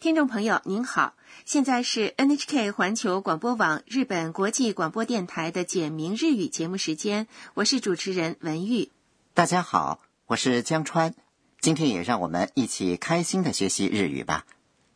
听众朋友您好，现在是 NHK 环球广播网日本国际广播电台的简明日语节目时间，我是主持人文玉。大家好，我是江川，今天也让我们一起开心的学习日语吧。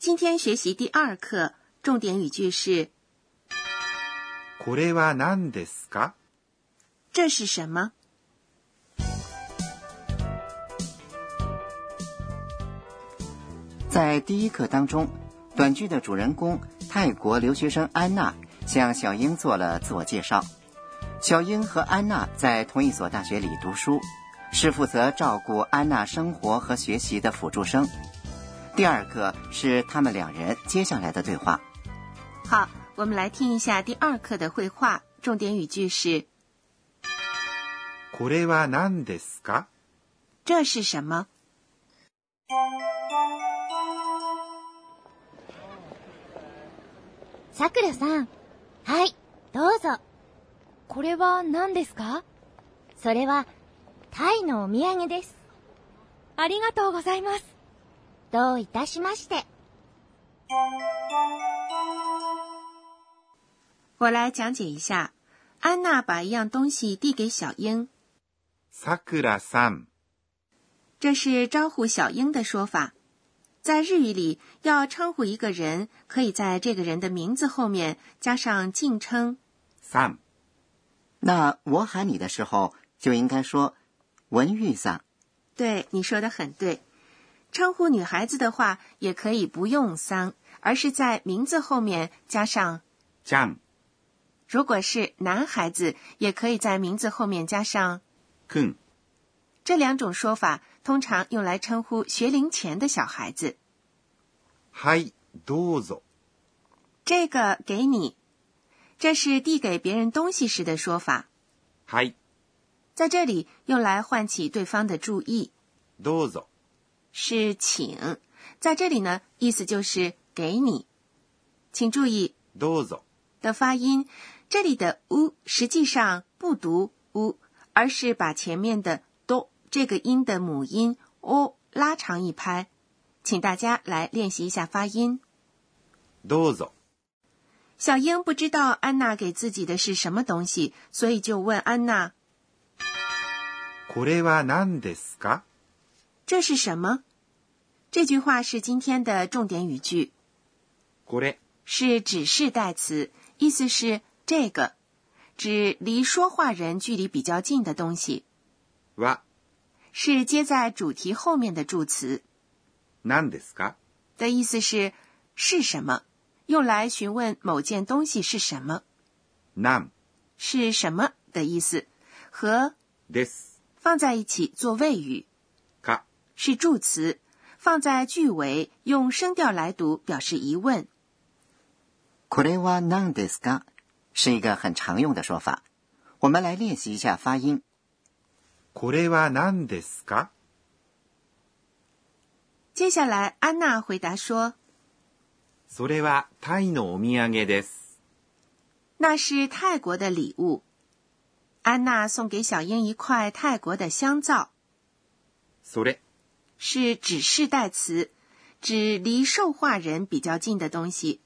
今天学习第二课，重点语句是これは何ですか“这是什么在第一课当中，短剧的主人公泰国留学生安娜向小英做了自我介绍。小英和安娜在同一所大学里读书，是负责照顾安娜生活和学习的辅助生。第二课是他们两人接下来的对话。”。好，我们来听一下第二课的绘画，重点语句是これは何ですか“这是什么さくらさん。はい、どうぞ。これは何ですかそれは、タイのお土産です。ありがとうございます。どういたしまして。”。我来讲解一下。安娜把一样东西递给小英，さくらさん。这是招呼小英的说法。在日语里，要称呼一个人，可以在这个人的名字后面加上敬称。さん。那我喊你的时候，就应该说“文玉桑对，你说的很对。称呼女孩子的话，也可以不用“桑”，而是在名字后面加上。ちゃん。如果是男孩子，也可以在名字后面加上。くん。这两种说法通常用来称呼学龄前的小孩子。はい、どうぞ。这个给你，这是递给别人东西时的说法，はい、在这里用来唤起对方的注意。どうぞ。是请，在这里呢，意思就是给你。请注意どうぞ。的发音，这里的 u 实际上不读 u，而是把前面的 do 这个音的母音 o 拉长一拍。请大家来练习一下发音。どうぞ。小英不知道安娜给自己的是什么东西，所以就问安娜これは何ですか：“这是什么？”这句话是今天的重点语句。これ、是指示代词，意思是这个，指离说话人距离比较近的东西，は、是接在主题后面的助词，何ですか的意思是是什么，用来询问某件东西是什么，なん是什么的意思，和です放在一起做谓语，か是助词，放在句尾用声调来读表示疑问。”。これは何ですか？是一个很常用的说法。我们来练习一下发音。これは何ですか接下来，安娜回答说それはタイのお土産です。：“那是泰国的礼物。”安娜送给小英一块泰国的香皂，それ、是指示代词，指离受话人比较近的东西。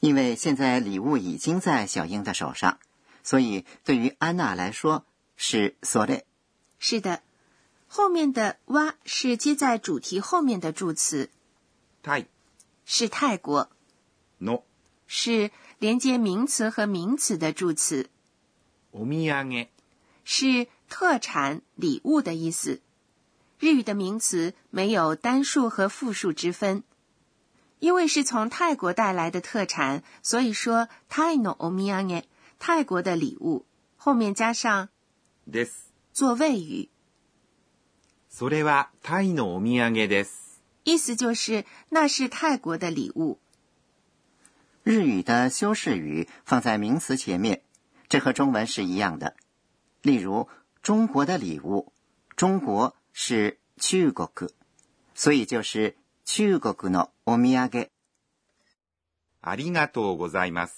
因为现在礼物已经在小英的手上，所以对于安娜来说是 “sore”。是的，后面的哇是接在主题后面的助词，タイ是泰国，の是连接名词和名词的助词，お土産是特产、礼物的意思。日语的名词没有单数和复数之分，因为是从泰国带来的特产，所以说泰 a i no o m i a n e 泰国的礼物，后面加上です。做谓语，それはタイのお土産です。意思就是那是泰国的礼物。日语的修饰语放在名词前面，这和中文是一样的。例如，中国的礼物，中国是中国，所以就是中国のお土産。ありがとうございます。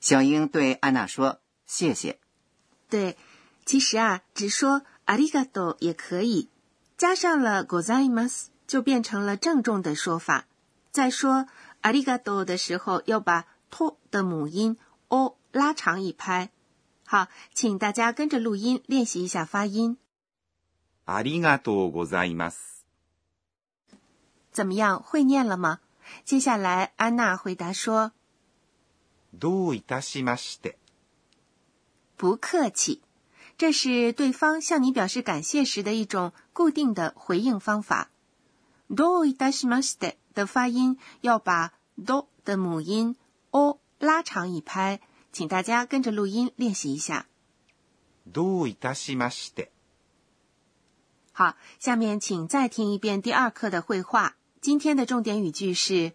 小英对安娜说：“谢谢。对，其实啊，只说阿里嘎多也可以，加上了 g o z a i m a s 就变成了郑重的说法。在说“ありがとう”的时候，要把“と”的母音 “o” 拉长一拍。好，请大家跟着录音练习一下发音，ありがとうございます。怎么样？会念了吗？接下来，安娜回答说どういたしまして。：“不客气。”这是对方向你表示感谢时的一种固定的回应方法。どういたしまして的发音要把ど的母音 o 拉长一拍，请大家跟着录音练习一下。どういたしまして。好，下面请再听一遍第二课的绘画。今天的重点语句是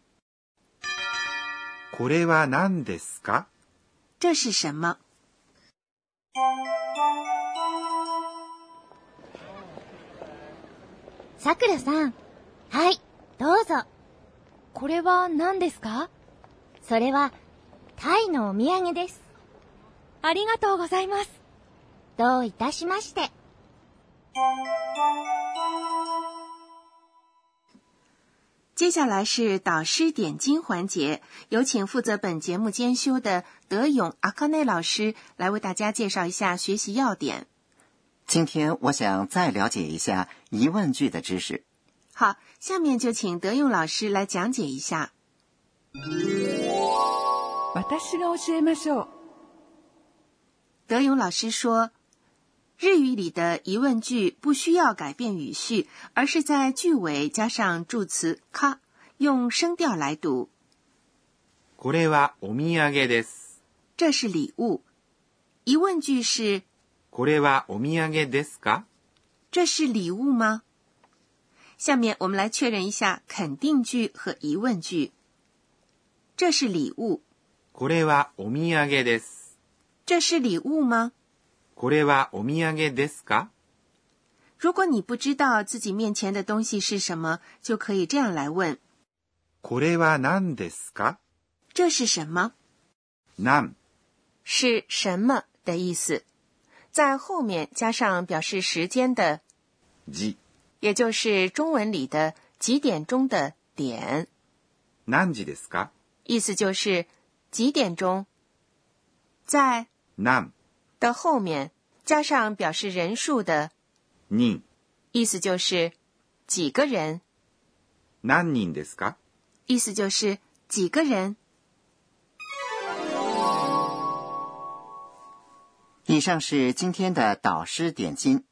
これは何ですか“这是什么さくらさん。はい、どうぞ。これは何ですかそれは、タイのお土産です。ありがとうございます。どういたしまして。”。接下来是导师点睛环节，有请负责本节目监修的德勇阿康内老师来为大家介绍一下学习要点。今天我想再了解一下疑问句的知识。好，下面就请德勇老师来讲解一下。私が教えましょう。德勇老师说，日语里的疑问句不需要改变语序，而是在句尾加上助词“か”，用声调来读。これはお土産です。这是礼物。疑问句是これはお土産ですか这是礼物吗？下面我们来确认一下肯定句和疑问句。这是礼物，これはお土産です。这是礼物吗？これはお土産ですか如果你不知道自己面前的东西是什么，就可以这样来问：これは何ですか这是什么？何是什么的意思，在后面加上表示时间的，時。也就是中文里的几点钟的点，何時ですか意思就是几点钟，在何的后面加上表示人数的，人。意思就是几个人，何人ですか意思就是几个人。以上是今天的导师点睛。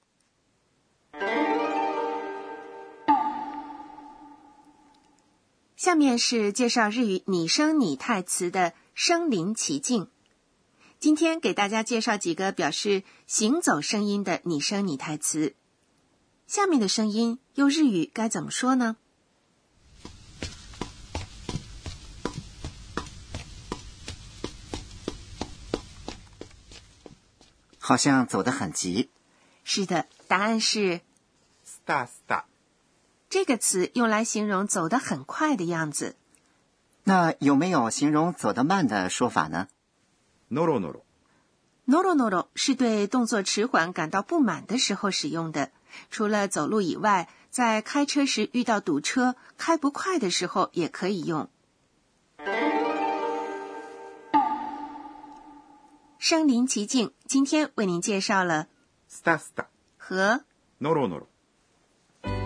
下面是介绍日语拟声拟态词的声临其境。今天给大家介绍几个表示行走声音的拟声拟态词。下面的声音用日语该怎么说呢？好像走得很急。是的，答案是スタスタ。这个词用来形容走得很快的样子。那有没有形容走得慢的说法呢？ノロノロ。 noro noro 是对动作迟缓感到不满的时候使用的。除了走路以外，在开车时遇到堵车、开不快的时候也可以用。身临其境，今天为您介绍了スタスタ。和ノロノロ。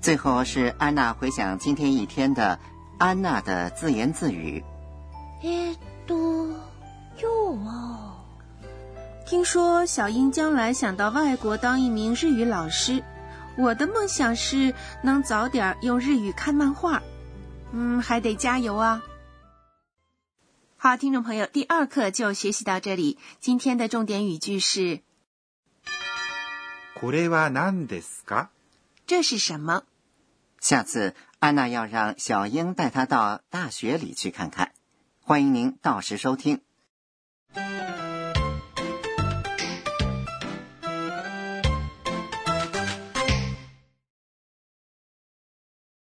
最后是安娜回想今天一天的安娜的自言自语。えーっと、今日は、听说小英将来想到外国当一名日语老师，我的梦想是能早点儿用日语看漫画。嗯，还得加油啊！好，听众朋友，第二课就学习到这里。今天的重点语句是これは何ですか“这是什么下次安娜要让小英带她到大学里去看看。欢迎您到时收听。